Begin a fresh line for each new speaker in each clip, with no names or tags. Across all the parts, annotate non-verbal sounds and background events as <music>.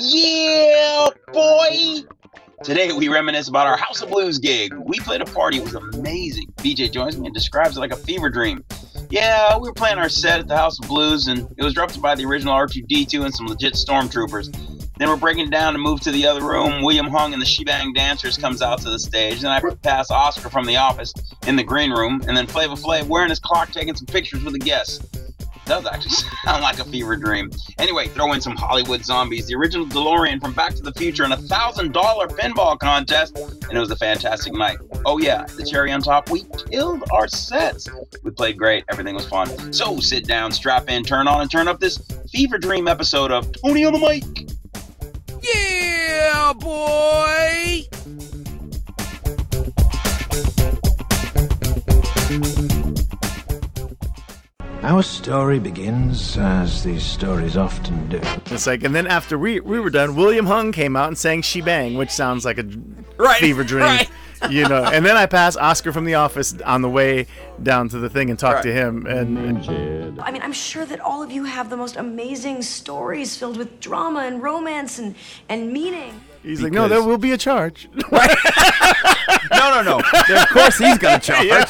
Yeah, boy. Today we reminisce about our House of Blues gig. We played a party, it was amazing. BJ joins me and describes it like a fever dream. Yeah, we were playing our set at the House of Blues and it was dropped by the original R2D2 and some legit stormtroopers. Then we're breaking down to move to the other room. William Hung and the Shebang Dancers comes out to the stage. Then I pass Oscar from the office in the green room, and then Flava Flav wearing his clock, taking some pictures with the guests does actually <laughs> sound like a fever dream. Anyway, throw in some Hollywood zombies, the original DeLorean from Back to the Future, and a thousand dollar pinball contest, and it was a fantastic night. Oh yeah, the cherry on top, we killed our sets. We played great, everything was fun. So sit down, strap in, turn on, and turn up this fever dream episode of Tony on the Mic.
Yeah, boy!
Our story begins as these stories often do.
It's like, and then after we we were done, William Hung came out and sang "She Bang," which sounds like a
Right,
fever dream,
right.
<laughs> you know. And then I passed Oscar from the office on the way down to the thing and talked to him, and, and
I mean, I'm sure that all of you have the most amazing stories filled with drama and romance and, and meaning.
he's like, "No, there will be a charge."
No, no, no. of course he's gonna charge.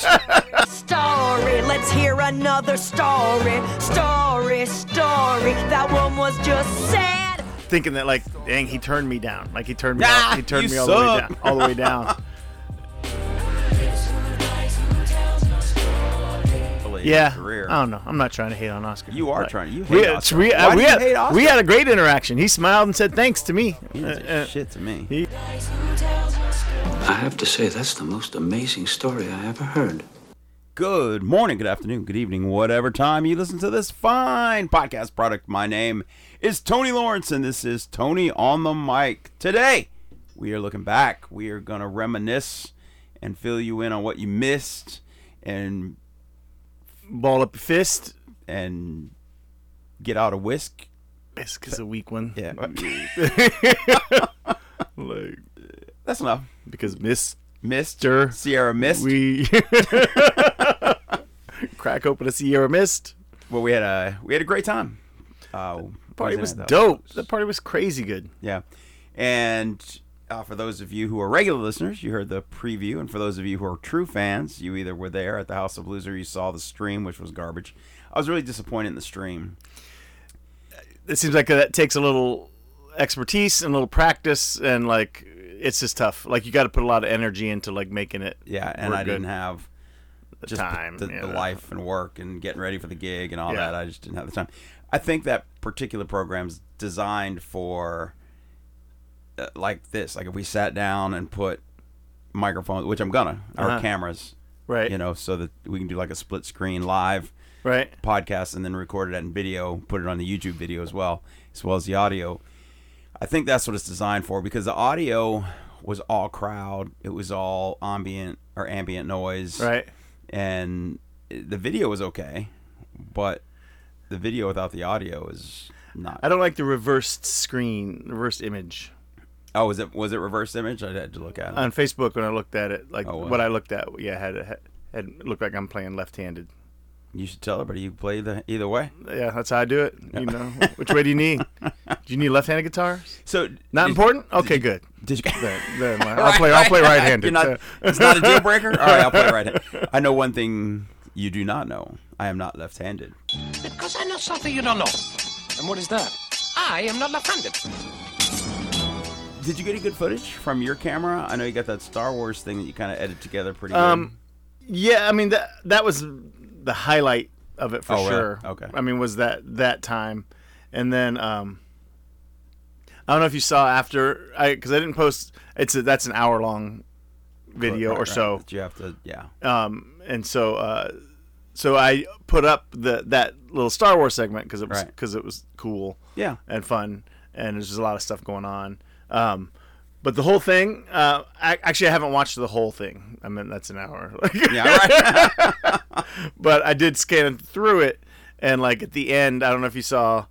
Story, let's hear another story. Story, story. That one was just sad.
<laughs> Thinking that, like, dang, he turned me down. Like he turned me,
Nah,
all, he turned
Ah, you
me all the way
suck.
down, all the way
<laughs>
down. yeah,
Career.
I don't know. I'm not trying to hate on Oscar.
You are
Like,
trying to- you
we,
hate
it's-
Oscar.
We, uh,
Why do
we
you
had,
hate Oscar?
we had a great interaction. He smiled and said thanks to me.
He was
Uh, uh,
a shit to me.
he-
I have to say, that's the most amazing story I ever heard.
Good morning, good afternoon, good evening, whatever time you listen to this fine podcast product. My name is Tony Lawrence, and this is Tony on the mic. Today, we are looking back. We are going to reminisce and fill you in on what you missed and
ball up your fist.
and get out of whisk.
Bisc is a weak one.
Yeah.
Like,
That's enough.
because Miss
Mister
Sure.
Sierra Mist.
we <laughs> crack open a Sierra Mist.
well, we had a we had a great time. Uh,
Party
wasn't
was
it, though?
dope. That party was crazy good.
Yeah. And uh, for those of you who are regular listeners, you heard the preview. And for those of you who are true fans, you either were there at the House of Blues or you saw the stream, which was garbage. I was really disappointed in the stream.
It seems like that takes a little expertise and a little practice, and like it's just tough. Like you got to put a lot of energy into like making it.
Yeah. And
work
I
good.
didn't have just the-
time,
the,
yeah,
the
that-
life and work and getting ready for the gig and all
Yeah.
that. I just didn't have the time. I think that particular program's designed for uh, like this. Like if we sat down and put microphones, which I'm gonna, or
Uh-huh.
cameras,
Right.
You know, so that we can do like a split screen live
Right.
podcast and then record it in video, put it on the YouTube video as well, as well as the audio. I think that's what it's designed for because the audio was all crowd, it was all ambient or ambient noise,
Right.
And the video was okay, but the video without the audio is not.
I don't like the reversed screen, reversed image
Oh, was it was it reverse image? I had to look at it.
on Facebook when I looked at it. Like
Oh, wow.
what I looked at, yeah, had had, had it looked like I'm playing left-handed.
You should tell everybody you play the either way.
Yeah, that's how I do it. You
<laughs>
know, which way do you need? Do you need left-handed guitars?
So
Not
did-
important. Okay, good.
Did
<laughs>
you,
Then, then
<laughs>
I'll play. I'll play right-handed.
You're not,
so-
<laughs> it's not a deal breaker.
<laughs>
All right, I'll play right handed. I know one thing you do not know. I am not left handed.
Because I know something you don't know. And what is that? I am not left-handed.
Did you get any good footage from your camera? I know you got that Star Wars thing that you kind of edited together pretty
Um, yeah, I mean that that was the highlight of it for
Oh, really?
sure.
Okay.
I mean, was that that time, and then um, I don't know if you saw after I because I didn't post. It's a, that's an hour long
good.
video
Right,
or
right.
so.
That you have to, yeah.
um, and so uh, so I put up the that little Star Wars segment because it was
Right.
because it was cool,
Yeah.
and fun, and there's just a lot of stuff going on. Um, but the whole thing, uh, I, actually, I haven't watched the whole thing. I mean, that's an hour. <laughs>
Yeah, all right.
but I did scan through it, and like at the end, I don't know if you saw.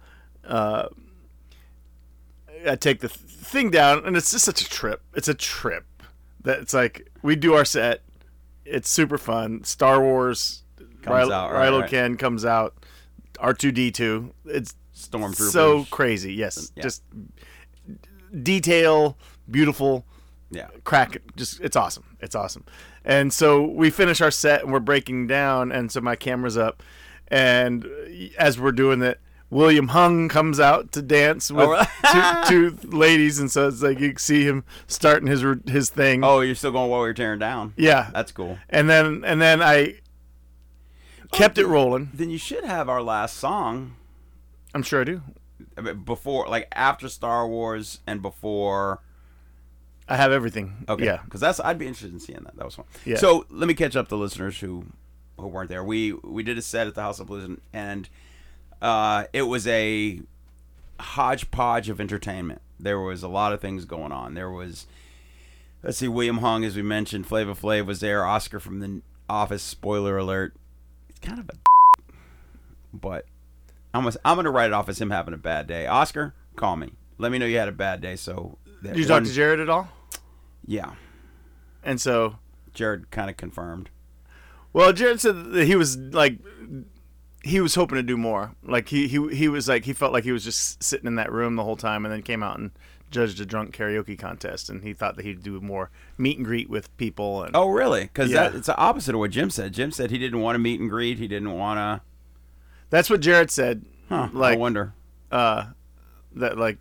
Uh, I take the th- thing down, and it's just such a trip. It's a trip that it's like we do our set. It's super fun. Star Wars,
Comes
Rylo,
out, right,
Rylo
right.
Ken comes out. R two D two. It's
stormtroopers.
so crazy. Yes,
Yeah.
just detail, beautiful.
yeah,
crack just it's awesome it's awesome and so we finish our set and we're breaking down and so my camera's up and as we're doing that william hung comes out to dance with
Oh, <laughs>
two, two ladies and so it's like you can see him starting his r- his thing
Oh, you're still going while we were tearing down.
yeah
that's cool.
and then and then i
Oh,
kept it rolling
Then you should have our last song
i'm sure i do
I mean, before, like after Star Wars and before.
i have everything
Okay.
yeah
Because that's I'd be interested in seeing that. That was fun.
Yeah.
So let me catch up the listeners who who weren't there. We we did a set at the House of Blues and, and uh, it was a hodgepodge of entertainment. There was a lot of things going on. There was let's see, William Hung, as we mentioned, Flava Flav was there. Oscar from the Office. Spoiler alert. It's kind of a, but I'm gonna, I'm gonna write it off as him having a bad day. Oscar, call me. Let me know you had a bad day. So that
did you
one-
talk to jared at all
Yeah.
and so
Jared kind of confirmed.
Well, Jared said that he was like he was hoping to do more. Like he he he was like he felt like he was just sitting in that room the whole time, and then came out and judged a drunk karaoke contest, and he thought that he'd do more meet and greet with people. And
Oh, really? Because
Yeah.
that it's the opposite of what Jim said. Jim said he didn't want to meet and greet. He didn't want to.
that's what Jared said.
Huh,
like
I wonder.
that, like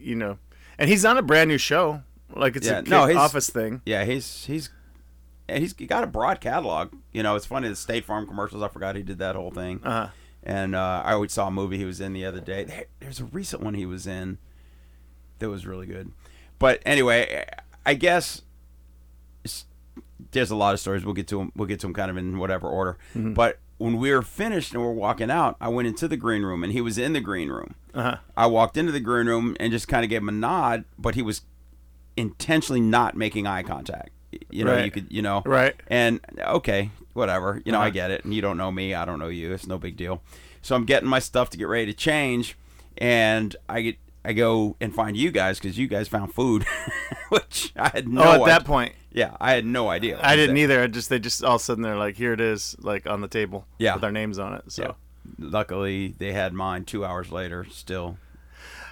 you know, and he's on a brand new show. Like it's
Yeah,
a
no,
no,
his-
office thing.
Yeah, he's he's and he's he got a broad catalog. You know, it's funny the State Farm commercials. I forgot he did that whole thing.
Uh-huh.
And uh, I always saw a movie he was in the other day. There, there's a recent one he was in that was really good. But anyway, I guess it's- there's a lot of stories. We'll get to them. We'll get to them kind of in whatever order.
Mm-hmm.
But when we were finished and we're walking out, I went into the green room and he was in the green room.
Uh-huh.
I walked into the green room and just kind of gave him a nod, but he was intentionally not making eye contact. Y- You know,
Right.
you could, you know,
Right.
And okay, whatever. You know, I
Uh-huh.
get it. And you don't know me. I don't know you. It's no big deal. So I'm getting my stuff to get ready to change, and I get I go and find you guys because you guys found food, <laughs> which I had no.
oh, at
idea.
that point,
yeah, I had no idea.
I didn't either. I just they just all of a sudden they're like, here it is, like on the table,
Yeah.
with our names on it. So.
Yeah. Luckily, they had mine two hours later. Still,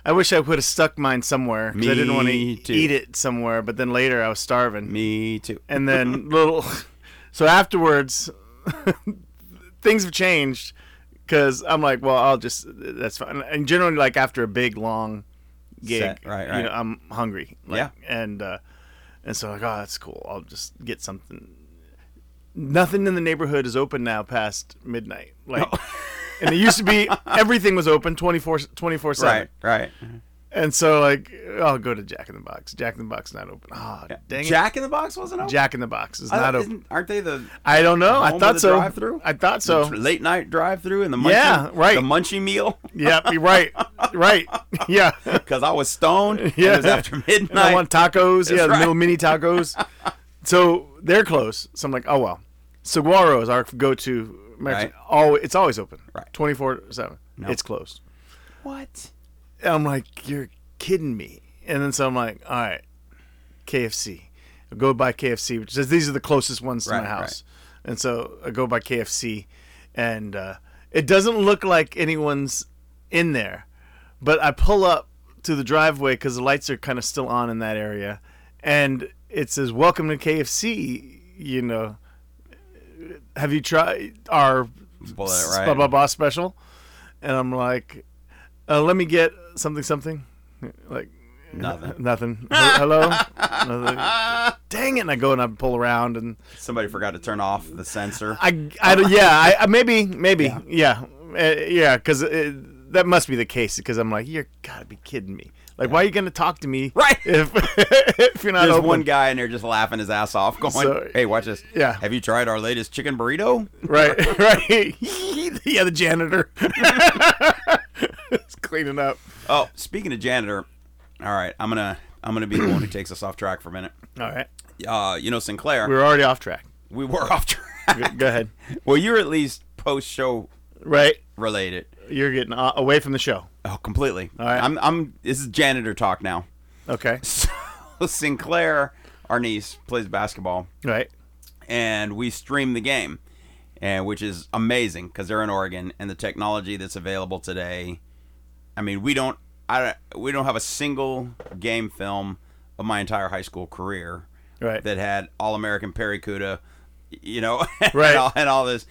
I wish I would have stuck mine somewhere 'cause I didn't want to
Me too.
eat it somewhere. But then later I was starving,
me too.
<laughs> and
<laughs>
then little. So afterwards, <laughs> things have changed because I'm like, well, I'll just that's fine. And generally, like after a big long gig,
Set, right,
You
right.
know, I'm hungry. Like,
Yeah.
and uh, and so like, oh, that's cool. I'll just get something. Nothing in the neighborhood is open now past midnight. Like, and it used to be everything was open 24 24 seven.
Right, right.
And so like I'll go to Jack in the Box. Jack in the Box not open. Ah, dang
Jack in the Box wasn't
it.
open.
Jack in the Box is
I thought-
not open.
isn't- Aren't they the
I don't know.
home
I
of
thought
the
so.
drive-thru?
I thought so.
<laughs> late night drive through and the munchie,
Yeah, right.
the
<laughs>
munchie meal?
yeah, you're right.
<laughs>
Right. Yeah. And
Because I was stoned. Yeah,
Yeah.
it
<laughs>
was after midnight.
I want tacos. yeah, the
right.
little mini tacos.
<laughs>
so they're close. So I'm like, oh well. Saguaro is our go-to Mexican.
Right.
Always, it's always open.
Right.
24/7. It's closed.
what?
And I'm like, you're kidding me. And then so I'm like, all right, KFC. I go buy KFC, which says these are the closest ones to
Right,
my
right.
house. And so I go by KFC, and uh, it doesn't look like anyone's in there. But I pull up to the driveway because the lights are kind of still on in that area. And it says, Welcome to KFC. You know, have you tried our
Bullet,
s-
right?
blah blah blah special, and I'm like, uh, let me get something something, like
Nothing. <laughs>
nothing. Hello, nothing. dang it! And I go and I pull around and
Somebody forgot to turn off the sensor.
I, I don't- yeah, I, I maybe maybe yeah yeah, yeah because that must be the case because I'm like you're gotta be kidding me. Like, why are you gonna talk to me?
Right.
<laughs> If if you're not
There's
open.
one guy in there just laughing his ass off, <laughs> going,
So-
"Hey, watch this.
Yeah.
have you tried our latest chicken burrito?
Right, <laughs> right. yeah, the janitor. <laughs> It's cleaning up.
Oh, speaking of janitor, all right, I'm gonna I'm gonna be the one who takes us off track for a minute.
All right.
Uh, you know Sinclair,
We were already off track.
we were <laughs> off track.
Go ahead.
well, you're at least post show
Right.
related.
You're getting uh, away from the show.
Oh, completely. All
right.
I'm I'm this is janitor talk now. <laughs>
Okay.
So Sinclair, our niece, plays basketball,
Right.
and we stream the game, and which is amazing because they're in Oregon, and the technology that's available today I mean, we don't I we don't have a single game film of my entire high school career
Right.
that had All American Perry Cuda, you know, <laughs>
Right.
and, all, and all this.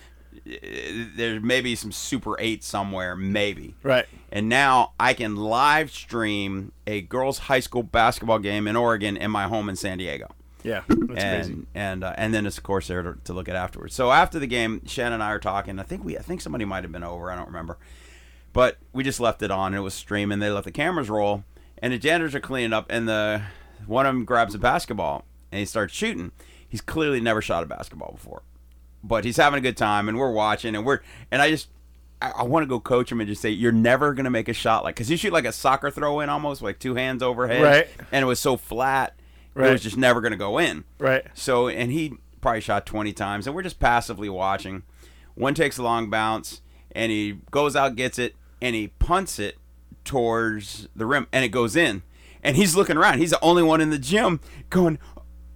There's maybe some Super Eight somewhere, maybe.
Right.
And now I can live stream a girls' high school basketball game in Oregon in my home in San Diego
Yeah. That's
and
amazing.
and uh, and then it's of course there to, to look at afterwards. So after the game, Shannon and I are talking. I think we I think somebody might have been over. I don't remember, but we just left it on. It was streaming. They let the cameras roll, and the janitors are cleaning up. And the one of them grabs a basketball and he starts shooting. He's clearly never shot a basketball before, but he's having a good time, and we're watching, and we're and I just. I, I want to go coach him and just say you're never gonna make a shot like because you shoot like a soccer throw in almost like two hands overhead,
Right.
And it was so flat, it
Right.
was just never gonna go in,
Right.
so, and he probably shot 20 times, and we're just passively watching. One takes a long bounce, and he goes out, gets it, and he punts it towards the rim, and it goes in. And he's looking around. He's the only one in the gym going,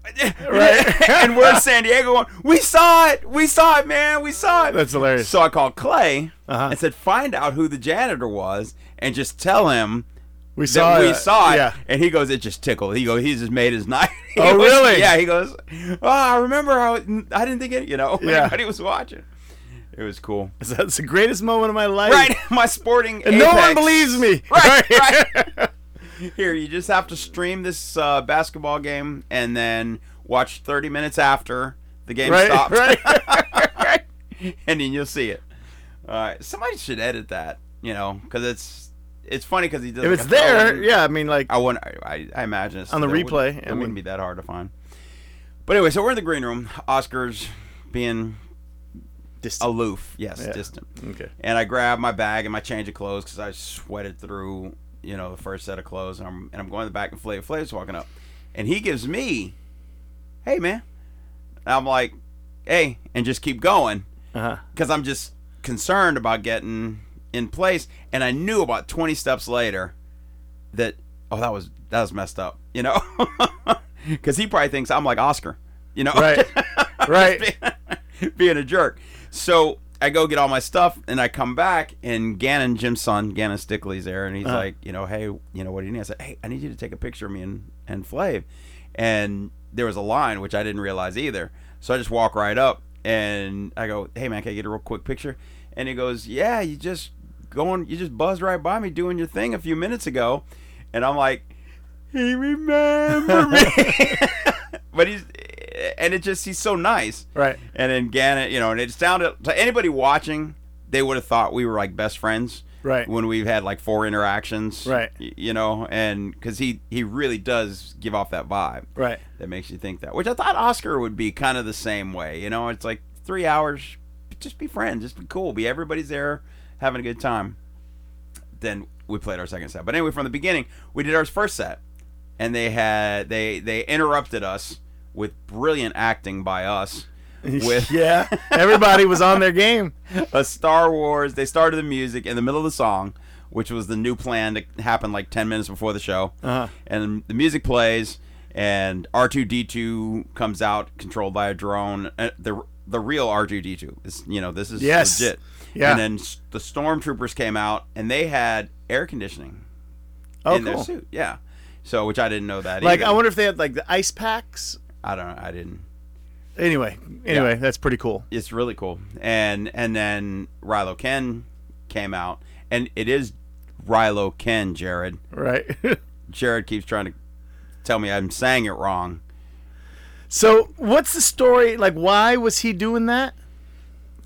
<laughs> right? <laughs> and we're in San Diego going, we saw it, we saw it, man, we saw it.
That's hilarious. Uh-huh.
So I called Clay and said, find out who the janitor was, and just tell him
We
that
saw
we
it.
saw it.
uh, Yeah.
And he goes, it just tickled. He goes, he just made his <laughs> night. He
Oh,
goes-
really?
Yeah. He goes, oh, I remember. I, was- I didn't think it. You know, <laughs>
Yeah.
everybody was watching. It was cool.
That's the greatest moment of my life.
Right, <laughs> my sporting.
And no one
apex.
believes me.
Right, right. Here, you just have to stream this uh, basketball game and then watch 30 minutes after the game
Right.
stops,
Right.
<laughs>
<laughs>
and then you'll see it. Uh, somebody should edit that, you know, because it's it's funny because he does.
If
like
it's
a throw
there,
in.
yeah. I mean, like.
I wouldn't. I, I imagine it's
On the
there wouldn't-
replay, I
it
mean-
wouldn't be that hard to find. But anyway, so we're in the green room. Oscar's being
Dis-
aloof, yes,
Yeah.
distant. <laughs>
Okay.
And I grab my bag and my change of clothes because I sweated through, you know, the first set of clothes. And I'm and I'm going to the back, and Flav Flav's walking up, and he gives me, "Hey, man," and I'm like, "Hey," and just keep going
Uh-huh.
because I'm just concerned about getting in place. And I knew about 20 steps later that oh that was that was messed up, you know, <laughs> because he probably thinks I'm like Oscar, you know,
Right. Right.
<laughs> being a jerk. So I go get all my stuff and I come back and Gannon, Jim's son, Gannon Stickley's there and he's like, you know, hey, you know, what do you need? I said, hey, I need you to take a picture of me and, and Flav. And there was a line, which I didn't realize either. So I just walk right up and I go, hey, man, can I get a real quick picture? And he goes, yeah, you just going, you just buzzed right by me doing your thing a few minutes ago. And I'm like, he remember me. <laughs> but he's, and it just, he's so nice.
Right.
And then Gannett, you know, and it sounded to anybody watching, they would have thought we were like best friends.
Right.
When we've had like four interactions.
Right.
y- You know, and because he he really does give off that vibe.
Right.
That makes you think that. Which I thought Oscar would be kind of the same way. You know, it's like three hours, just be friends, just be cool, be everybody's there having a good time. Then we played our second set. But anyway, from the beginning, we did our first set and they had they they interrupted us with brilliant acting by us with
<laughs> Yeah. Everybody was on their
<laughs>
game.
a Star Wars. They started the music in the middle of the song, which was the new plan that happened like ten minutes before the show.
Uh-huh.
And the music plays, and R two D two comes out, controlled by a drone. Uh, the the real R two D two is you know this is
Yes.
legit.
Yeah.
And then s- the stormtroopers came out, and they had air conditioning
Oh,
in their
cool.
suit. Yeah. So, which I didn't know that.
Like,
either.
I wonder if they had like the ice packs.
I don't. I didn't.
Anyway, anyway, that's pretty cool.
it's really cool. And and then Rilo Ken came out, and it is Rilo Ken. Jared,
Right. <laughs>
Jared keeps trying to tell me I'm saying it wrong.
so, what's the story? Like, why was he doing that?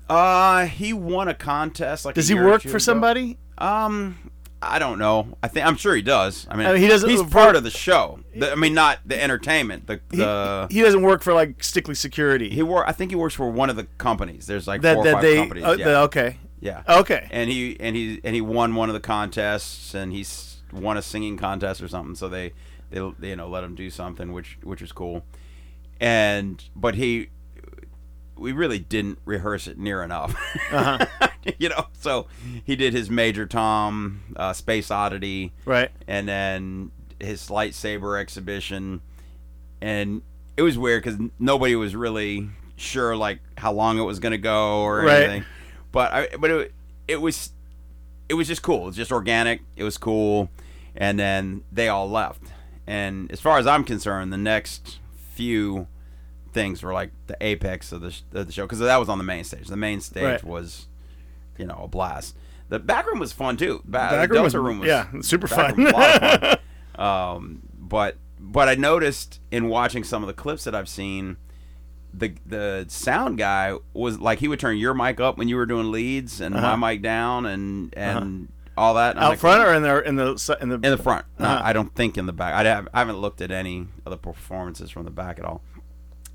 Uh, he won a contest. Like, a
Does he
year or
work
two
for
ago.
somebody?
Um, I don't know. I think I'm sure he does. I mean,
I mean, he doesn't-
He's part of the show. The- I mean, not the entertainment. The the. He,
He doesn't work for like Stickley Security.
wor- I think he works for one of the companies. There's like
that
four or
that
five
they
companies.
uh,
yeah.
that- okay.
Yeah.
Okay.
And he and he and he won one of the contests, and he's won a singing contest or something. So they they you know let him do something, which which is cool. And but he, we really didn't rehearse it near enough. <laughs> you know, so he did his Major Tom, uh, Space Oddity,
Right.
and then his lightsaber exhibition and it was weird because nobody was really sure like how long it was gonna go or
Right.
anything but i but it, it was it it was just cool. It was just organic. It was cool. And then they all left. And as far as I'm concerned, the next few things were like the apex of the, sh- of the show because that was on the main stage. The main stage
Right.
was, you know, a blast. The back room was fun too. Ba-
Back
the
room
Delta
was-
room was
yeah, super fun.
back room was a lot of
<laughs>
fun. um, but but I noticed in watching some of the clips that I've seen, the the sound guy was like he would turn your mic up when you were doing leads and my mic down and and all that. And
Uh-huh.
I'm
out
like,
front or in the in the si- in the,
in the front. No,
Uh-huh.
I don't think in the back. I'd have, I haven't looked at any of the performances from the back at all.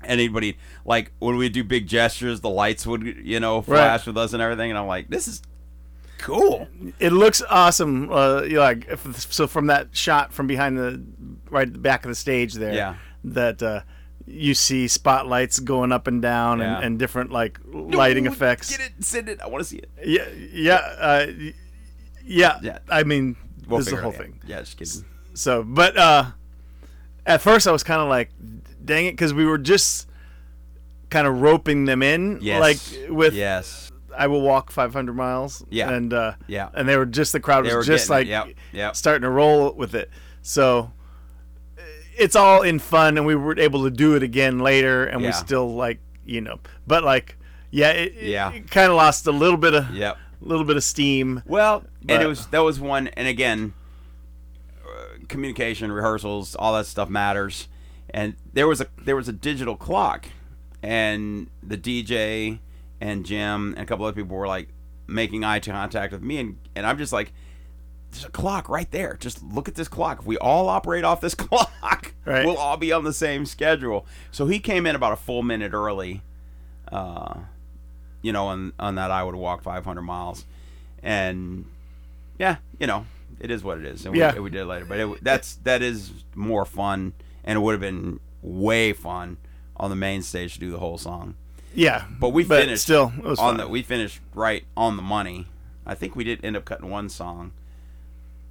Anybody like when we do big gestures, the lights would you know flash with us and everything, and I'm like, this is cool.
It looks awesome. Uh, you know, like if, so from that shot from behind the right at the back of the stage there.
Yeah.
That uh, you see spotlights going up and down
Yeah.
and, and different like <laughs> lighting
Dude,
effects.
Get it, send it. I want to see it.
Yeah, yeah, uh, y- yeah,
Yeah.
I mean,
We'll
this is the
figure
whole
it out.
thing.
Yeah, just kidding.
So, but uh, at first I was kind of like, dang it, because we were just kind of roping them in,
Yes.
like with
yes.
I will walk 500 miles.
Yeah.
And uh,
Yeah.
and they were just the crowd
They were
was just like
getting it. Yep, yep.
starting to roll with it. So uh, it's all in fun, and we were able to do it again later, and
Yeah.
we still like you know, but like yeah, it, it-
Yeah.
it kind of lost a little bit of
Yep.
little bit of steam.
Well, and it
But-
was that was one, and again, uh, communication, rehearsals, all that stuff matters. And there was a there was a digital clock, and the DJ and Jim and a couple other people were like making eye contact with me, and and I'm just like, there's a clock right there. Just look at this clock. If we all operate off this <laughs> clock,
Right.
we'll all be on the same schedule. So he came in about a full minute early, uh, you know, on on that I would walk 500 miles, and yeah, you know, it is what it is, and we,
Yeah.
and we did it later. But it, that's that is more fun, and it would have been way fun on the main stage to do the whole song.
Yeah,
But we
but
finished
still. It was
on
fun.
the we finished right on the money. I think we did end up cutting one song,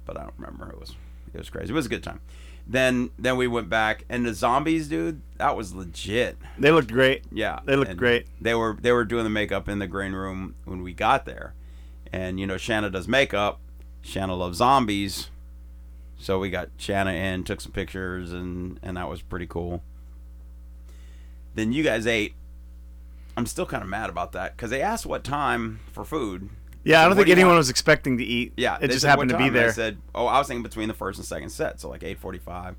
but I don't remember. It was it was crazy. It was a good time. Then then we went back and the zombies, dude, that was legit.
they looked great.
Yeah,
They looked
and
great.
They were they were doing the makeup in the green room when we got there, and you know Shanna does makeup. Shanna loves zombies, so we got Shanna in, took some pictures, and and that was pretty cool. Then you guys ate. I'm still kind of mad about that because they asked what time for food.
Yeah, I don't
What
think
do you
anyone
want?
was expecting to eat.
Yeah,
it
they
just
said,
happened
"What
to
time?"
be
And I
there.
said, "Oh, I was thinking between the first and second set, so like 8:45.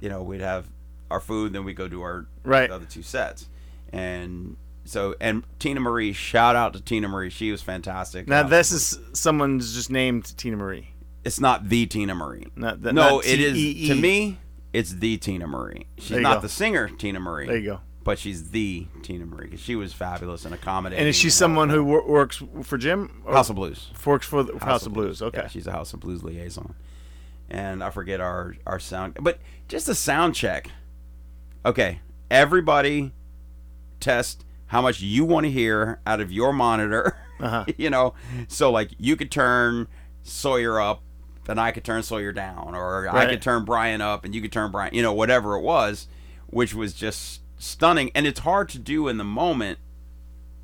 You know, we'd have our food, then we go do our
Right.
the other two sets, and so and Tina Marie, shout out to Tina Marie, she was fantastic.
now
Uh,
this is someone's just named Tina Marie.
it's not the Tina Marie.
Not the-
no,
not
it is
T.E.E..
to me. It's the Tina Marie. She's
There you
not
go.
the singer Tina Marie.
There you go.
But she's the Tina Marie 'cause she was fabulous and accommodating.
And is she
all
someone
that.
who wor- works for Jim? Or
House of Blues?
works for the, House, of Blues? Okay.
Yeah, she's a House of Blues liaison. And I forget our our sound, but just a sound check. Okay, everybody, test how much you want to hear out of your monitor.
Uh-huh.
<laughs> you know, so like you could turn Sawyer up, and I could turn Sawyer down, or I
Right.
could turn Brian up, and you could turn Brian. You know, whatever it was, which was just stunning, and it's hard to do in the moment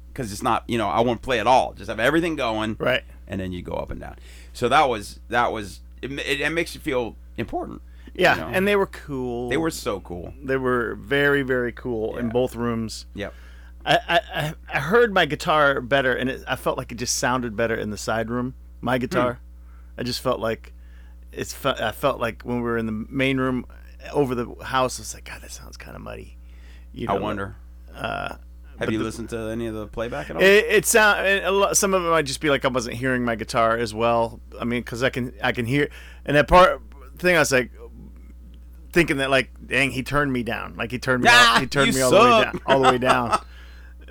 because it's not. You know, I won't play at all. Just have everything going
Right.
and then you go up and down. So that was that was it, ma- it, it makes you feel important.
Yeah,
you know?
and they were cool.
they were so cool.
they were very very cool in
Yeah.
both rooms.
Yep.
I, I I- I heard my guitar better, and it, I felt like it just sounded better in the side room. My
Hmm.
guitar, I just felt like it's. fe- I felt like when we were in the main room over the house, I was like, God, that sounds kind of muddy. You
I
know,
wonder. Have you listened to any of the playback at all?
uh, It, it sound and a lot, some of it might just be like I wasn't hearing my guitar as well. I mean, because I can I can hear and that part thing I was like thinking that like dang he turned me down like he turned me
Ah,
all, he
<laughs>
turned
you
me all the way
suck.
down all the way down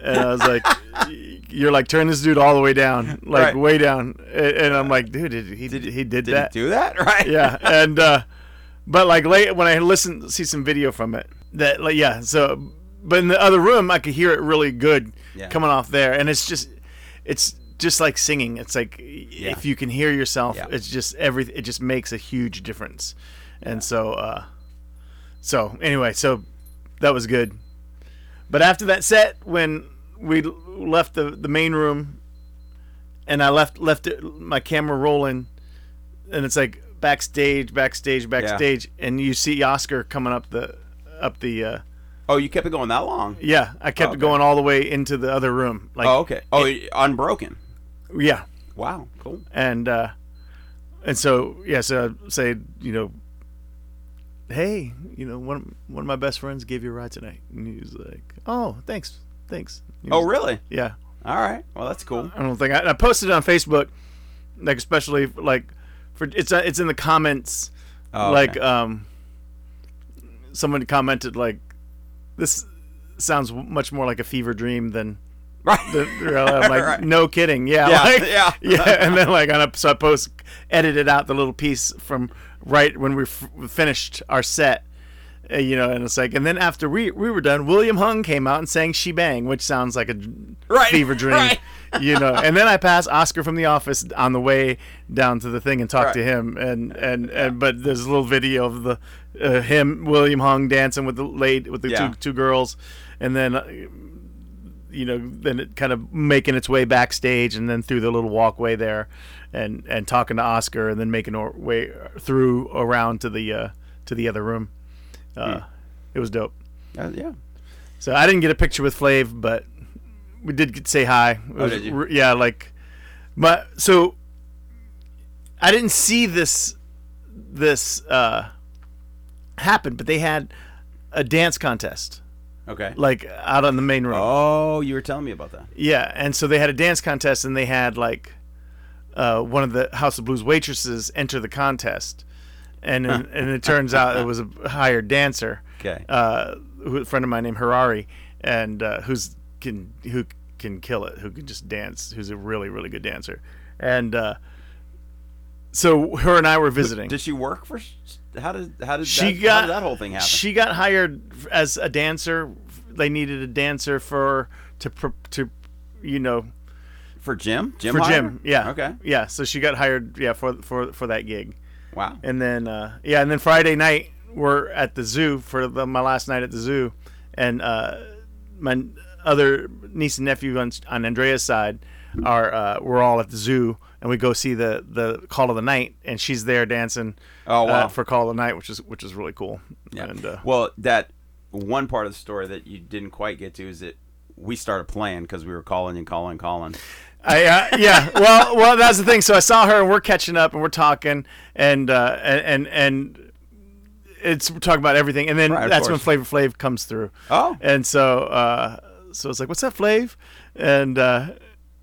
and I was like y- you're like turn this dude all the way down like
Right. Uh,
way down and, and I'm like dude did he did, he did,
Did
that
it do that? <laughs>
<laughs>
Right.
yeah and uh but like late when i listened see some video from it that like yeah so but in the other room i could hear it really good
Yeah.
coming off there and it's just it's just like singing it's like if you can hear yourself
Yeah.
it's just every it just makes a huge difference and so uh so anyway so that was good but after that set when we l- left the the main room and I left left it, my camera rolling, and it's like backstage, backstage, backstage, and you see Oscar coming up the up the uh,
Oh, you kept it going that long?
yeah. I kept
Okay.
going all the way into the other room, like
Oh, okay. Oh, unbroken.
yeah,
Wow, cool.
and uh, and so yeah, so I say you know, hey, you know one of- one of my best friends gave you a ride tonight, and he was like, oh, thanks, thanks. He
Oh,
was-
really?
Yeah.
All right. Well, that's cool.
I don't think I, I posted it on Facebook, like especially like for it's uh, it's in the comments.
Oh,
like
okay.
um, someone commented like this sounds much more like a fever dream than.
<laughs> right.
The, I'm like,
Right.
no kidding, yeah,
Yeah,
like,
yeah.
<laughs> yeah, and then like on a so I post edited out the little piece from right when we f- finished our set, uh, you know, and it's like, and then after we we were done, William Hung came out and sang "She Bang," which sounds like a d-
Right,
fever dream,
<laughs> right.
you know. And then I passed Oscar from the office on the way down to the thing and talked to
Right.
him, and and, and but there's a little video of the uh, him William Hung dancing with the late with the
Yeah.
two two girls, and then. uh, You know, then it kind of making its way backstage, and then through the little walkway there, and and talking to Oscar, and then making our way through around to the uh, to the other room.
Hmm.
Uh, It was dope.
Uh, yeah.
So I didn't get a picture with Flav, but we did get to say hi. It was-
Oh, did you?
re- Yeah, like, but so I didn't see this this uh, happen, but they had a dance contest
Okay.
like out on the main room.
Oh, you were telling me about that.
Yeah, and so they had a dance contest, and they had like uh, one of the House of Blues waitresses enter the contest, and
<laughs>
and, and it turns out it was a hired dancer.
Okay.
Uh, who, a friend of mine named Harari, and uh, who's can who can kill it, who can just dance, who's a really really good dancer, and uh, so her and I were visiting.
Did she work for? s- How did how did
she
that,
got
how did that whole thing happen?
She got hired f- as a dancer. They needed a dancer for to pr- to you know
for Jim? Jim
for
hired
Jim.
her?
Yeah.
Okay.
Yeah. So she got hired. Yeah for for for that gig,
Wow.
and then uh, yeah, and then Friday night we're at the zoo for the, my last night at the zoo, and uh, my other niece and nephew on, on Andrea's side are uh, we're all at the zoo. And we go see the, the call of the night, and she's there dancing
Oh, wow.
uh, for call of the night, which is which is really cool.
Yeah.
And, uh,
well, that one part of the story that you didn't quite get to is that we started playing because we were calling and calling, calling.
I, uh, yeah. Well, well, that's the thing. So I saw her, and we're catching up, and we're talking, and uh, and and and it's we're talking about everything, and then
Right, of
that's when
course.
Flavor Flav comes through.
Oh.
and so uh, so it's like, what's up, Flav? And uh,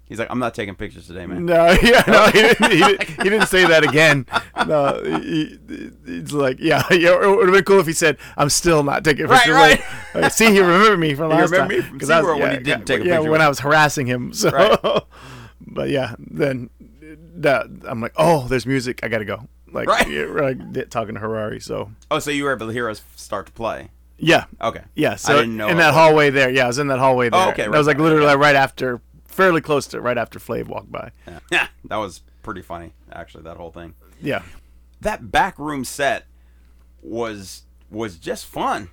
He's like, I'm not taking pictures today, man.
no, <laughs> yeah, no, he didn't, he, didn't,
<laughs>
he didn't say that again. No, he, he- he's like, yeah, <laughs> yeah, it would have been cool if he said, I'm still not taking a
Right,
picture.
right.
Like, like, see, he remembered me
<laughs>
from last time.
remembered me from
'Cause I was-
SeaWorld when
yeah,
he didn't
yeah,
take a
Yeah,
picture
when
with
I was harassing him. <laughs> So,
Right.
but yeah, then that I'm like, oh, there's music. I got to go. Like,
Right.
yeah, we're like talking to Harari. So,
Oh, so you were able to hear us start to play.
yeah.
Okay.
Yeah, so
Oh, I didn't know. Oh,
in that hallway there. Yeah, I was in that hallway there.
okay,
And
right,
I was like
right,
literally like, right after, fairly close to right after Flav walked by.
Yeah, that <laughs> was pretty funny, actually, that whole thing.
Yeah.
That back room set was was just fun.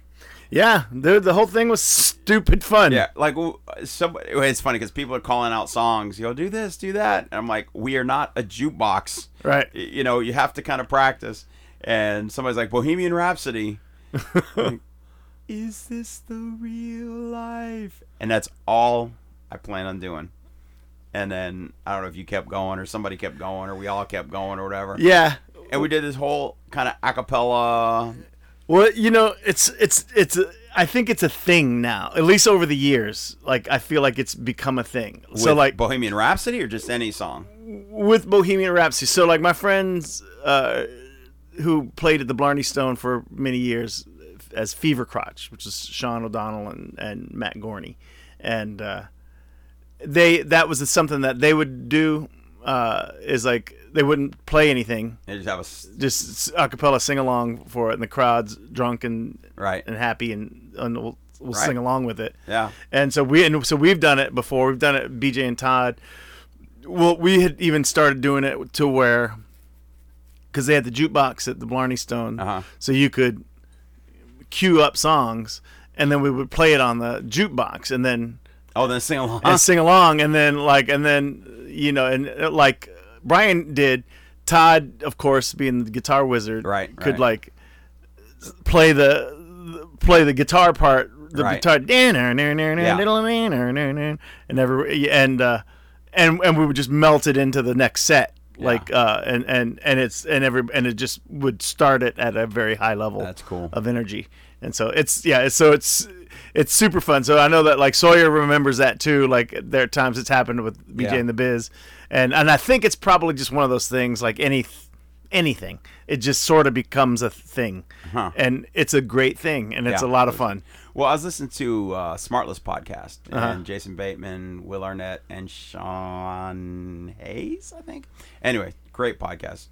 Yeah, dude, the whole thing was stupid fun.
Yeah, like w- somebody. It's funny because people are calling out songs. You know, do this, do that. And I'm like, we are not a jukebox,
Right.
Y- You know, you have to kind of practice. And somebody's like, Bohemian Rhapsody. Like,
<laughs>
Is this the real life? And that's all I plan on doing. And then I don't know if you kept going or somebody kept going or we all kept going or whatever.
Yeah.
And we did this whole kind of acapella.
Well, you know, it's it's it's a, I think it's a thing now. At least over the years, like I feel like it's become a thing. so
with
like
Bohemian Rhapsody or just any song.
with Bohemian Rhapsody. So like my friends uh, who played at the Blarney Stone for many years uh, as Fever Crotch, which is Sean O'Donnell and, and Matt Gorney, and uh, they that was something that they would do uh, is like they wouldn't play anything
They just have a s-
just a cappella sing along for it, and the crowd's drunk and
Right.
and happy, and, and we'll, we'll
Right.
sing along with it.
Yeah.
And so we and so we've done it before. We've done it, BJ and Todd. Well, we had even started doing it to where, because they had the jukebox at the Blarney Stone,
Uh-huh.
so you could cue up songs, and then we would play it on the jukebox, and then <laughs>
Oh, then sing along.
and sing along and then like and then you know, and uh, like Brian did, Todd, of course, being the guitar wizard,
Right,
could
right.
like play the play the guitar part, the
Right.
guitar, and every and uh, and and we would just melt it into the next set. Like uh and and and it's and every and it just would start it at a very high level
That's cool.
of energy. And so it's yeah, it's, so it's it's super fun. So I know that like Sawyer remembers that too. Like there are times it's happened with BJ
Yeah.
and the Biz, and and I think it's probably just one of those things like any anything. It just sort of becomes a thing,
Huh.
and it's a great thing, and it's
Yeah.
a lot of fun.
Well, I was listening to uh, Smartless podcast and Jason Bateman, Will Arnett, and Sean Hayes, I think. Anyway, great podcast.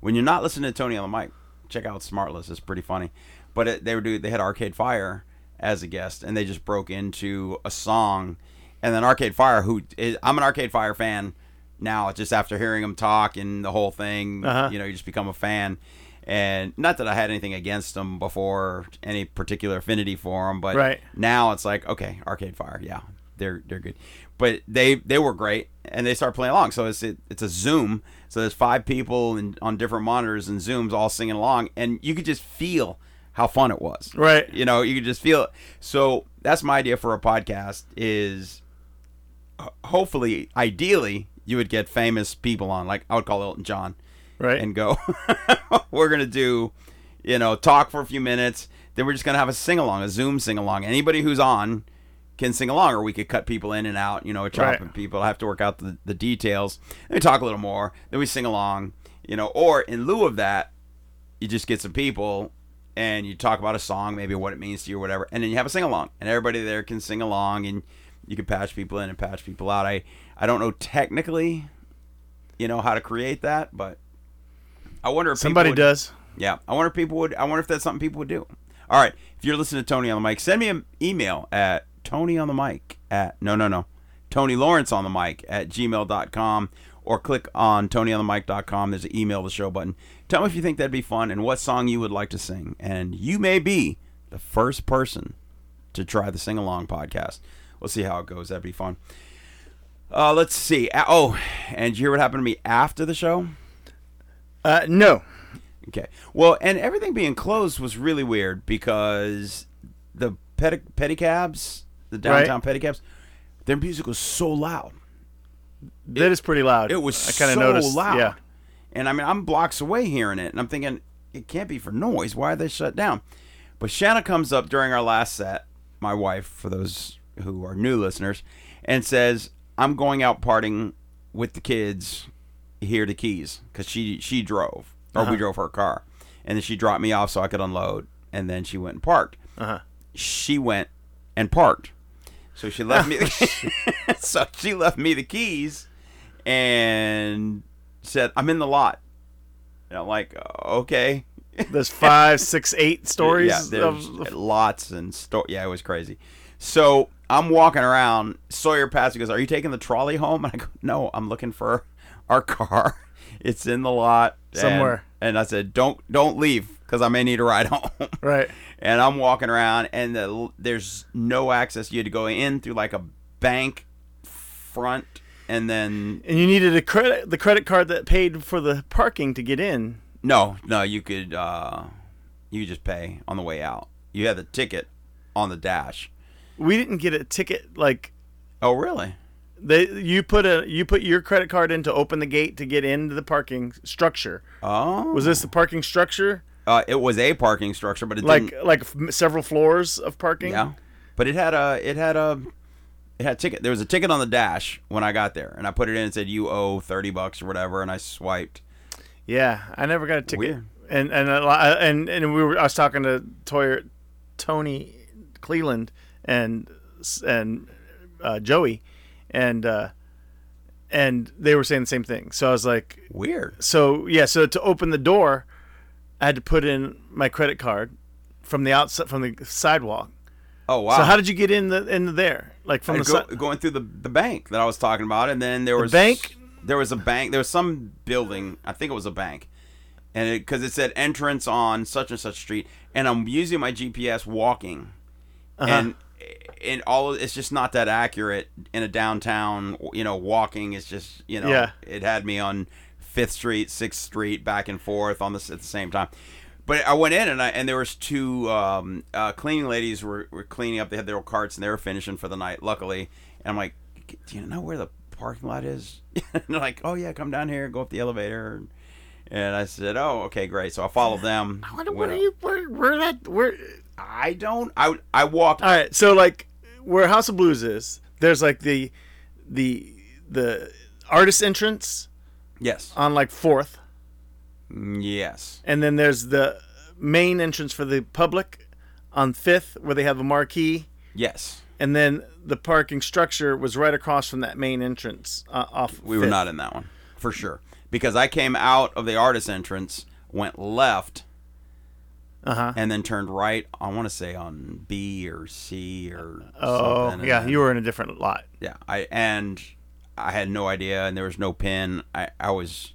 When you're not listening to Tony on the mic, check out Smartless. It's pretty funny. But it, they were do they had Arcade Fire as a guest, and they just broke into a song, and then Arcade Fire, who is, I'm an Arcade Fire fan now, just after hearing him talk and the whole thing, you know, you just become a fan. And not that I had anything against him before, any particular affinity for him, but
Right.
now it's like okay, Arcade Fire, yeah, they're they're good, but they they were great, and they start playing along. So it's it, it's a Zoom, so there's five people in, on different monitors and Zooms all singing along, and you could just feel how fun it was,
Right.
You know, you could just feel it. So that's my idea for a podcast is ho- hopefully, ideally, you would get famous people on, like I would call Elton John,
Right.
and go, <laughs> we're gonna do, you know, talk for a few minutes. Then we're just gonna have a sing along, a Zoom sing along. Anybody who's on can sing along, or we could cut people in and out. You know, chopping
Right.
people. I have to work out the, the details. Then we talk a little more. Then we sing along. You know, or in lieu of that, you just get some people and you talk about a song, maybe what it means to you or whatever, and then you have a sing along, and everybody there can sing along, and you can patch people in and patch people out. I I don't know technically, you know how to create that, but I wonder if people
Somebody
would-
does.
yeah, I wonder if people would. I wonder if that's something people would do. All right, if you're listening to Tony on the mic, send me an email at Tony on the mic at no no no Tony Lawrence on the mic at gmail.com or click on TonyOnTheMic.com. There's an email the show button. Tell me if you think that'd be fun and what song you would like to sing, and you may be the first person to try the sing along podcast. We'll see how it goes. That'd be fun. Uh, let's see. Uh, Oh, and you hear what happened to me after the show?
Uh, no,
Okay. Well, and everything being closed was really weird because the pedi- pedicabs, the
Right.
downtown pedicabs, their music was so loud.
that is pretty loud.
It was
I kind of
so
noticed.
loud.
Yeah.
And I mean, I'm blocks away hearing it, and I'm thinking it can't be for noise. Why are they shut down? But Shanna comes up during our last set, my wife, for those who are new listeners, and says, "I'm going out partying with the kids here to Keys because she she drove or
Uh-huh.
we drove her car, and then she dropped me off so I could unload, and then she went and parked.
Uh-huh.
She went and parked, so she
<laughs>
left me. <laughs> so she left me the keys and said, "I'm in the lot." And I'm like, "Oh, "Okay." <laughs>
There's five, six, eight stories
yeah, there's
of, of-
lots and sto- yeah, it was crazy. So I'm walking around. Sawyer passes. He goes, "Are you taking the trolley home?" And I go, "No, I'm looking for our car. <laughs> It's in the lot And-
Somewhere.
And I said, "Don't don't leave because I may need a ride <laughs> home."
right.
and I'm walking around, and the, there's no access. You had to go in through like a bank front, and then
And you needed a credit, the credit card that paid for the parking to get in.
no, no, you could uh, you just pay on the way out. You had the ticket on the dash.
We didn't get a ticket like
Oh, really?
They you put a you put your credit card in to open the gate to get into the parking structure.
Oh,
Was this the parking structure?
uh, it was a parking structure, but it
Like
didn't,
like f- several floors of parking?
Mm. yeah, but it had a it had a it had a ticket. There was a ticket on the dash when I got there, and I put it in and said you owe thirty bucks or whatever, and I swiped.
Yeah, I never got a ticket.
Weird.
And and a lot, uh, and and we were I was talking to Toyer, Tony Cleland and and uh, Joey and uh, and they were saying the same thing. So I was like
Weird.
so yeah, so to open the door, I had to put in my credit card from the outside from the sidewalk.
Oh wow.
So how did you get in the in there? Like from the
go,
si-
going through the, the bank that I was talking about, and then there was
bank?
There was a bank. There was some building. I think it was a bank, and because it, said
Uh-huh.
entrance on such and such street, and I'm using my GPS walking, and and all of, it's just not that accurate in a downtown. You know, walking is just you know
Yeah.
it had me on Fifth Street, Sixth Street, back and forth on this at the same time. But I went in and I and there was two um, uh, cleaning ladies were, were cleaning up. They had their old carts and they were finishing for the night. Luckily, and I'm like, do you know where the parking lot is? <laughs> and they're like, oh yeah, come down here, go up the elevator. And I said, oh okay, great. So I followed them.
What, what
went
are
up.
you? Where, where that? Where?
I don't. I I walked.
All right. So like where House of Blues is, there's like the the the artist entrance
Yes.
on like fourth,
Yes.
and then there's the main entrance for the public on fifth, where they have a marquee,
Yes.
and then the parking structure was right across from that main entrance uh, off.
We were not in that one for sure because I came out of the artist entrance, went left,
Uh-huh.
and then turned right. I want to say on B or C or
Oh
something. and
yeah,
then-
you were in a different lot.
yeah. I and I had no idea, and there was no pin. I I was.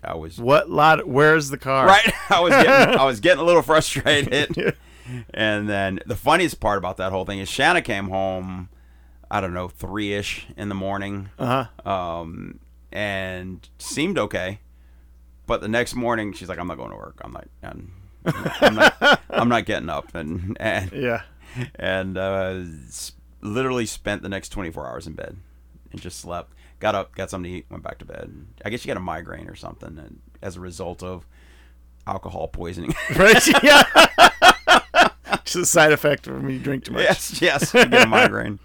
I was
What lot? Where's the car?
<laughs> right. I was getting, I was getting a
<laughs>
little frustrated. and then the funniest part about that whole thing is Shanna came home, I don't know, three ish in the morning,
Uh
um, and seemed okay. But the next morning, she's like, "I'm not going to work." I'm like, "I'm, I'm not, I'm not getting up," and and
Yeah. <laughs>
and uh, s- literally spent the next 24 hours in bed and just slept. Got up, got something to eat, went back to bed. I guess she got a migraine or something, and as a result of alcohol poisoning. <laughs>
Right. Yeah. <laughs> It's a side effect when you drink too much.
yes, yes, I
<laughs>
get a migraine.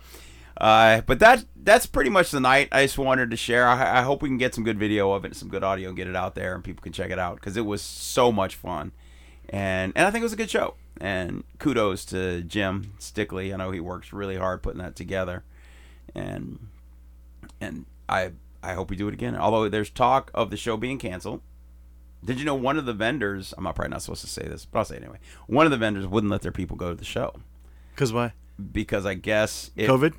Uh, but that that's pretty much the night. I just wanted to share. I, I hope we can get some good video of it, some good audio, and get it out there, and people can check it out because it was so much fun, and and I think it was a good show. And kudos to Jim Stickley. I know he works really hard putting that together, and and I I hope we do it again. Although there's talk of the show being canceled. Did you know one of the vendors? I'm not- probably not supposed to say this, but I'll say it anyway. One of the vendors wouldn't let their people go to the show
Because why?
because I guess it,
COVID.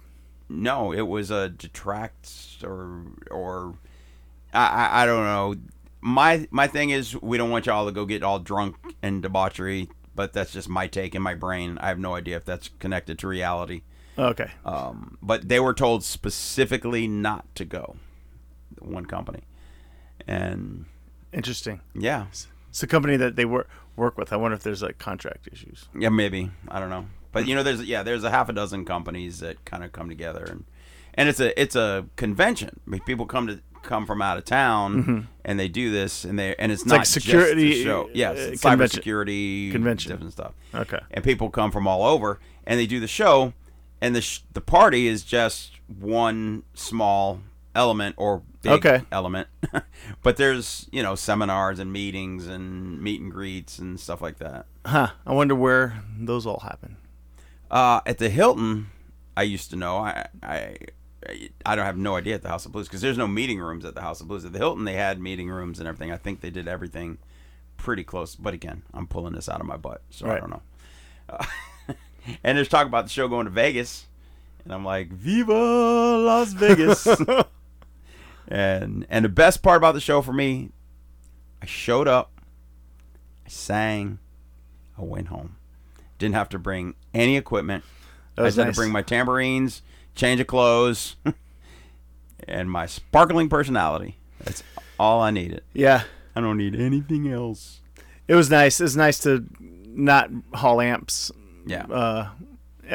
No, it was a detract or or I, I I don't know. My my thing is we don't want y'all to go get all drunk and debauchery, but that's just my take in my brain. I have no idea if that's connected to reality.
Oh, Okay.
Um, but they were told specifically not to go. One company, and
Interesting.
yeah,
It's a company that they work work with. I wonder if there's like contract issues.
Yeah, maybe. I don't know.
Hmm.
But you know, there's yeah, there's a half a dozen companies that kind of come together, and and it's a it's a convention. I mean, people come to come from out of town, and they do this, and they and it's,
Mm-hmm. like
not Just
security,
the show. Yes,
uh,
it's
convention-
cybersecurity
convention.
different stuff.
Okay.
and people come from all over, and they do the show, and the sh- the party is just one small element or big
Okay.
element, <laughs> but there's you know seminars and meetings and meet and greets and stuff like that.
Huh. I wonder where those all happen.
Uh, at the Hilton, I used to know. I I I don't have no idea at the House of Blues because there's no meeting rooms at the House of Blues. At the Hilton, they had meeting rooms and everything. I think they did everything pretty close. But again, I'm pulling this out of my butt, so I
Right.
don't know. Uh, <laughs> and there's talk about the show going to Vegas, and I'm like, Viva Las Vegas! and and the best part about the show for me, I showed up, I sang, I went home. Didn't have to bring any equipment. I
was
just had
nice.
to bring my tambourines, change of clothes, <laughs> and my sparkling personality. That's all I needed.
Yeah.
I don't need anything else.
It was nice. It was nice to not haul amps.
Yeah.
Uh,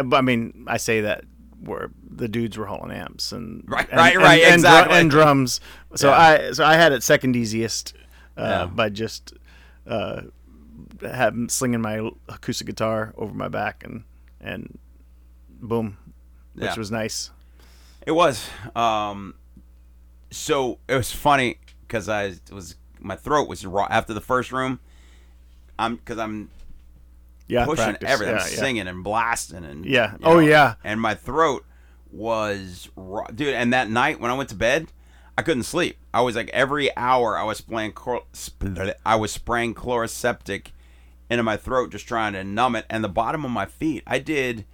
but I mean, I say that where the dudes were hauling amps and
Right,
and-
right, right,
and- and, dru-
exactly.
and drums. So
Yeah.
I so I had it second easiest uh,
Yeah.
by just uh, having slinging my acoustic guitar over my back and and boom, which
Yeah.
was nice.
It was. Um, so it was funny because I was my throat was raw after the first room. I'm because I'm
Yeah,
pushing
practice.
everything,
Yeah,
I'm
yeah.
singing and blasting and
Yeah.
you
Oh, yeah.
And my throat was raw, dude. And that night when I went to bed, I couldn't sleep. I was like every hour I was playing, chlor- sp- I was spraying chloroseptic into my throat, just trying to numb it. And the bottom of my feet, I did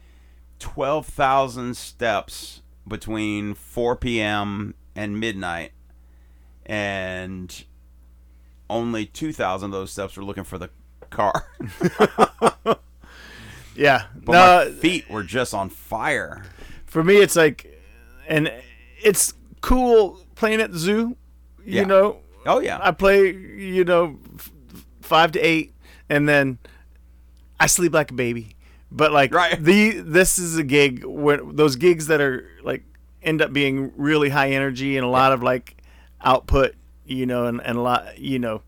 twelve thousand steps between four p.m. and midnight, and <laughs> only two thousand of those steps were looking for the car.
Yeah.
But
no,
my feet were just on fire.
for me it's like and it's cool playing at the zoo you
Yeah.
know
Oh yeah.
i play you know f- five to eight and then i sleep like a baby but like
Right.
the this is a gig where those gigs that are like end up being really high energy and a lot of like output you know and, and a lot you know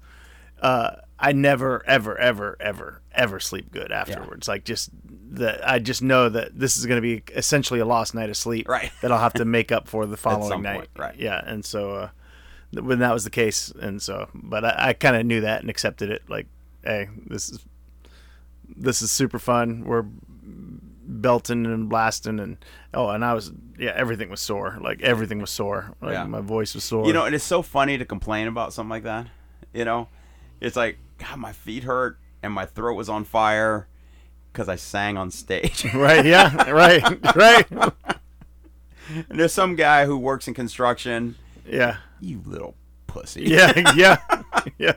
uh I never, ever, ever, ever, ever sleep good afterwards. Like just that, I just know that this is going to be essentially a lost night of sleep
Right.
that I'll have to make up for the following
some
night.
point, right.
Yeah, and so uh, th- when that was the case, and so, but I, I kind of knew that and accepted it. Like, hey, this is this is super fun. We're belting and blasting, and oh, and I was yeah, everything was sore. Like everything was sore. Like
Yeah.
my voice was sore.
you know, and it's so funny to complain about something like that. You know, it's like God, my feet hurt and my throat was on fire because I sang on stage. <laughs>
right? Yeah, right, right.
and there's some guy who works in construction.
Yeah.
You little pussy.
yeah, <laughs> yeah, yeah.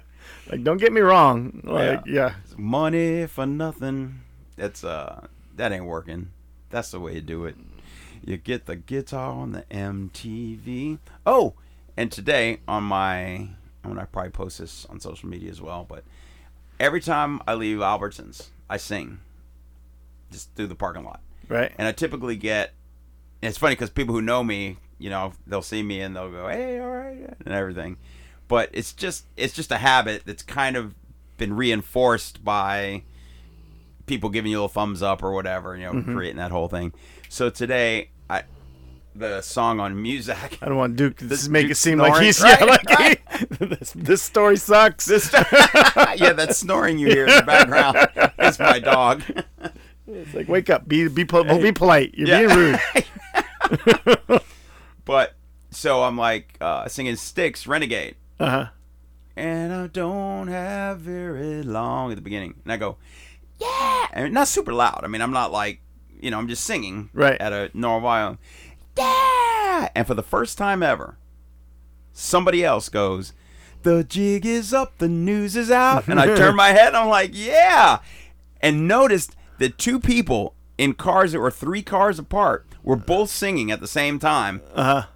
Like, don't get me wrong. Like, yeah,
money for nothing. That's uh, that ain't working. That's the way you do it. You get the guitar on the MTV. Oh, and today on my, I mean, I probably post this on social media as well. But every time I leave Albertsons, I sing, just through the parking lot.
right.
And I typically get. And it's funny because people who know me, you know, they'll see me and they'll go, "Hey, all right," and everything. But it's just it's just a habit that's kind of been reinforced by people giving you a little thumbs up or whatever, you know,
Mm-hmm.
creating that whole thing. So today, I the song on Muzak.
<laughs> I don't want Duke to
This
make
Duke
it seem like
snoring,
he's <laughs>
right,
yeah, like he- <laughs> this, this story sucks. <laughs>
This, yeah, that snoring you hear in the background is my dog.
It's like, wake up, be be, pol- be polite. You're
Yeah.
being rude.
<laughs> But so I'm like uh, singing "Sticks Renegade,"
Uh huh.
and I don't have very long at the beginning. And I go, yeah, and not super loud. I mean, I'm not like, you know, I'm just singing
Right.
at a normal volume. Yeah, and for the first time ever, somebody else goes, the jig is up, the news is out, and I turn my head. And I'm like, yeah, and noticed that two people in cars that were three cars apart were both singing at the same time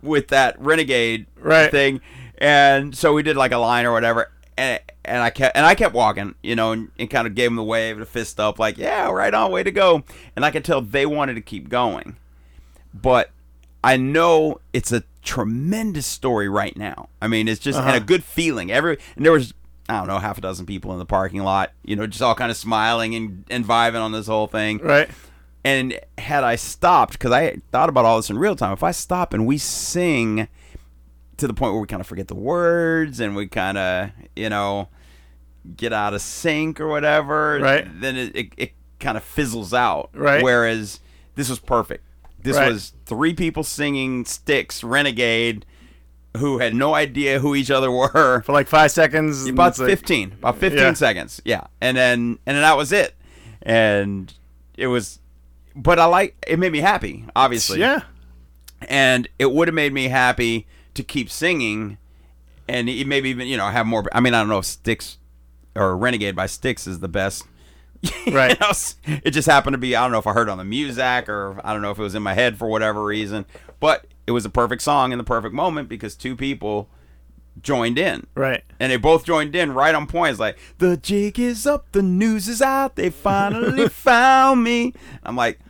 with that renegade
Right.
thing and so we did like a line or whatever and and I kept and I kept walking you know and, and kind of gave him the wave the fist up like yeah right on way to go and I could tell they wanted to keep going but I know it's a tremendous story right now I mean it's just and a good feeling every and there was I don't know half a dozen people in the parking lot you know just all kind of smiling and and vibing on this whole thing
Right.
and had I stopped, because I thought about all this in real time, if I stop and we sing to the point where we kind of forget the words and we kind of, you know, get out of sync or whatever,
Right.
then it, it, it kind of fizzles out.
Right.
Whereas this was perfect. This
Right.
was three people singing Sticks, Renegade, who had no idea who each other <laughs> were
For like five seconds. and
about
it's like-
15 about 15
Yeah.
seconds yeah and then and then that was it and it was but i like it made me happy obviously
yeah.
and it would have made me happy to keep singing and it maybe even you know have more i mean i don't know if sticks or renegade by sticks is the best <laughs>
Right.
You know, s- it just happened to be i don't know if i heard it on the muzak or i don't know if it was in my head for whatever reason but it was a perfect song in the perfect moment because two people joined in
Right.
and they both joined in right on point. It's like, the jig is up, the news is out,
<laughs>
they finally found me. I'm like,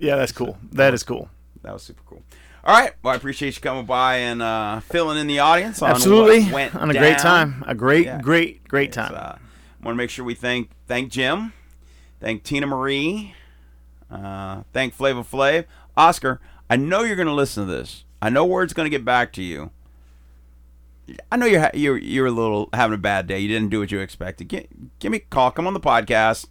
Yeah, that's cool. That is cool.
that was super cool. All right. Well, I appreciate you coming by and uh, filling in the audience on
Absolutely.
what went
On a great
down.
time. A great,
Yeah.
great, great time.
Uh, want to make sure we thank thank Jim, thank Tina Marie, uh, thank Flava Flav. Oscar, I know you're going to listen to this. I know word's going to get back to you. I know you're ha- you're you're a little having a bad day. You didn't do what you expected. Give, give me a call. Come on the podcast.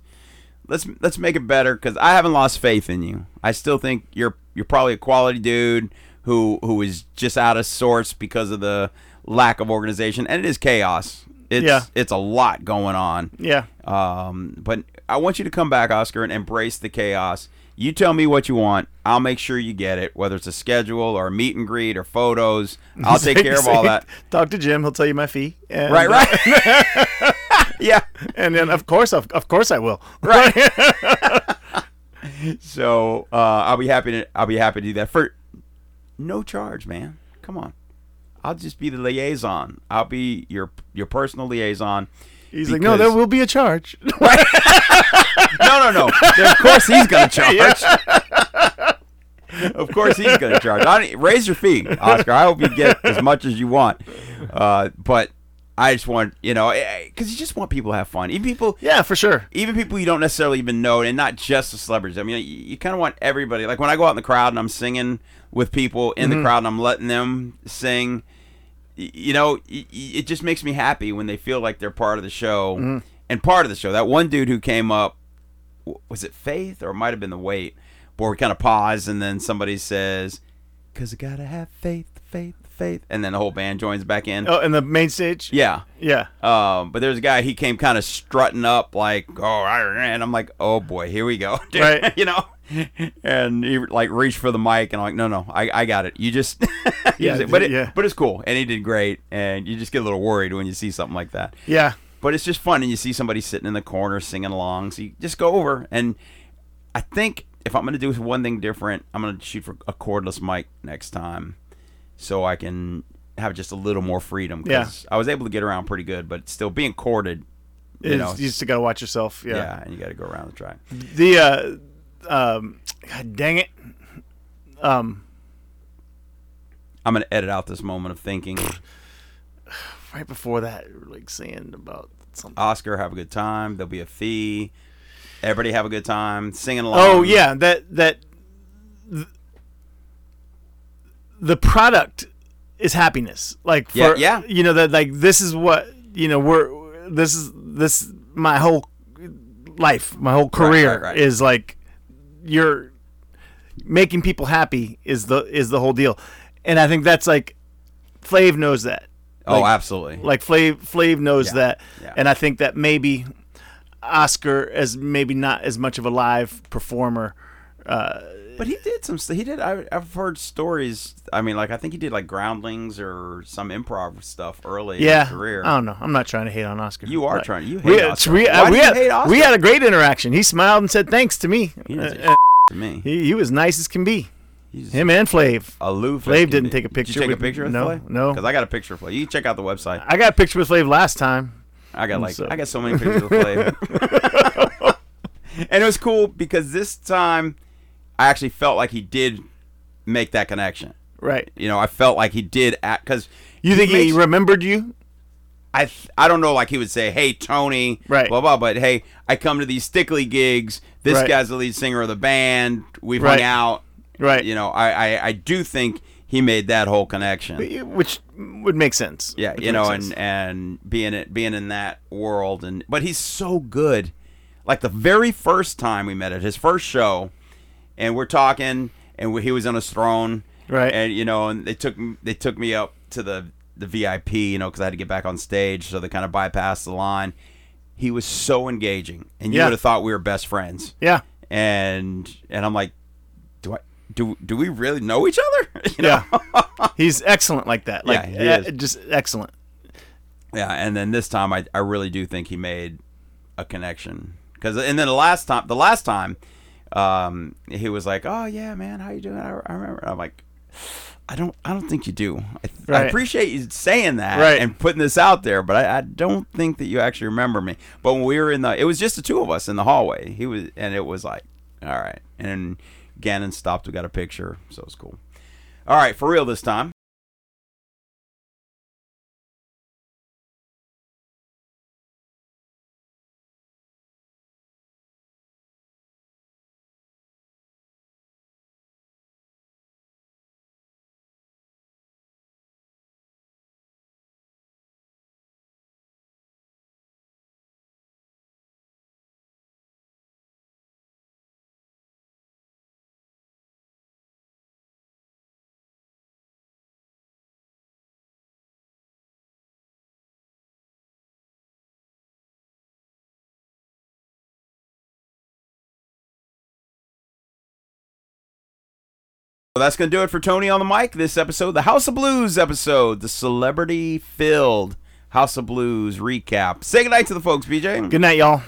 Let's let's make it better because I haven't lost faith in you. I still think you're you're probably a quality dude who who is just out of sorts because of the lack of organization and it is chaos. It's
Yeah.
it's a lot going on.
yeah.
Um, but I want you to come back, Oscar, and embrace the chaos. You tell me what you want. I'll make sure you get it, whether it's a schedule or a meet and greet
<laughs>
or photos. I'll take care of all that.
Talk to Jim. He'll tell you my fee. and- uh, <laughs>
Right, right. <laughs> yeah.
and then of course, of, of course, I will.
<laughs> Right. So uh, I'll be happy to I'll be happy to do that for no charge, man. Come on. I'll just be the liaison. I'll be your your personal liaison.
<laughs> He's like, no, there
because-
will be a charge. <laughs>
No, no, no. of course he's going to charge. of course he's going to charge. I don't, raise your fee, Oscar. I hope you get as much as you want. Uh, but I just want you know because you just want people to have fun. Even people,
yeah, for sure.
even people you don't necessarily even know, and not just the celebrities. I mean, you, you kind of want everybody. Like when I go out in the crowd and I'm singing with people in the crowd and I'm letting them sing, y- you know, y- y- it just makes me happy when they feel like they're part of the show and part of the show. That one dude who came up w- was it Faith or it might have been the Wait, where we kind of pause and then somebody says, "Cause I gotta have faith, faith, faith," and then the whole band joins back in.
Oh, and the main stage.
Yeah.
Yeah.
Um, but there's a guy he came kind of strutting up like, oh, I- and I'm like, oh boy, here we go, <laughs> dude."
Right.
you know, and he like reached for the mic, and I'm like, no, no, I, I got it. You just, <laughs>
Yeah,
but it,
yeah.
but it's cool, and he did great, and you just get a little worried when you see something like that.
Yeah.
But it's just fun, and you see somebody sitting in the corner singing along, so you just go over. And I think if I'm gonna do one thing different, I'm gonna shoot for a cordless mic next time, so I can have just a little more freedom. 'cause I was able to get around pretty good, but still being corded, you
It's-
know,
you just gotta watch yourself.
yeah.
Yeah.
and you got to go around the track.
The uh, um, God dang it. Um,
I'm gonna edit out this moment
<laughs>
of thinking.
right before that, you were, like saying about something.
Oscar, have a good time. There'll be a fee. Everybody have a good time. Singing along.
Oh yeah, that that th- the product is happiness. Like for
Yeah, yeah.
you know that like this is what you know we're this is this my whole life, my whole career
right, right.
is like you're making people happy is the is the whole deal. And I think that's like Flav knows that.
oh,
like-
absolutely.
Like Flav Flav knows
Yeah,
that.
yeah.
And I think that maybe Oscar as maybe not as much of a live performer
But he did some. st- He did. I, I've heard stories. I mean, like I think he did like Groundlings or some improv stuff early in
yeah,
his career.
I don't know. I'm not trying to hate on Oscar.
You are
Like,
trying. You hate
We,
Oscar.
we, uh,
Why do
we
you
had,
hate Oscar?
we had a great interaction. He smiled and said thanks to me.
He doesn't
Uh,
to me.
he, he was nice as can be.
He's
Him and Flav.
aloof. as
Flav
can
didn't
be.
take a
Did
picture
you take a
with-
picture of
no,
Flav?
no.
Because I got a picture of Flav. You can check out the
<laughs>
website.
I got a picture with Flav last time.
I got like
So-
I got so many pictures of Flav. and it was cool because this time I actually felt like he did make that connection.
<laughs> Right.
You know, I felt like he did act because
You think he
makes-
remembered you?
I th- I don't know like he would say, "Hey Tony,"
Right.
blah blah. But hey, I come to these Stickley gigs. This
Right.
guy's the lead singer of the band. We've
Right.
hung out.
Right.
You know, I, I I do think he made that whole connection.
Which would make sense.
Yeah,
Which
you know,
makes
and
sense.
and being it being in that world, and but he's so good. Like the very first time we met at his first show, and we're talking, and we, he was on his throne,
Right.
And you know, and they took they took me up to the the VIP, you know, because I had to get back on stage, so they kind of bypassed the line. He was so engaging, and you
Yeah.
would have thought we were best friends.
yeah.
and and I'm like, do I do do we really know each other? <laughs> You know?
Yeah. He's excellent like that. Like
he
eh,
is.
just excellent.
Yeah, and then this time I, I really do think he made a connection because and then the last time the last time um, he was like, oh yeah, man, how you doing? I, I remember. I'm like, I don't I don't think you do. I, I
Right.
appreciate you saying that
Right.
and putting this out there, but I, I don't think that you actually remember me. But when we were in the, it was just the two of us in the hallway. He was and it was like, all right. And Gannon stopped. We got a picture, so it was cool. All right, for real this time. Well, that's going to do it for Tony on the mic this episode, the House of Blues episode, the celebrity filled House of Blues recap. Say goodnight to the folks, BJ.
Good night, y'all.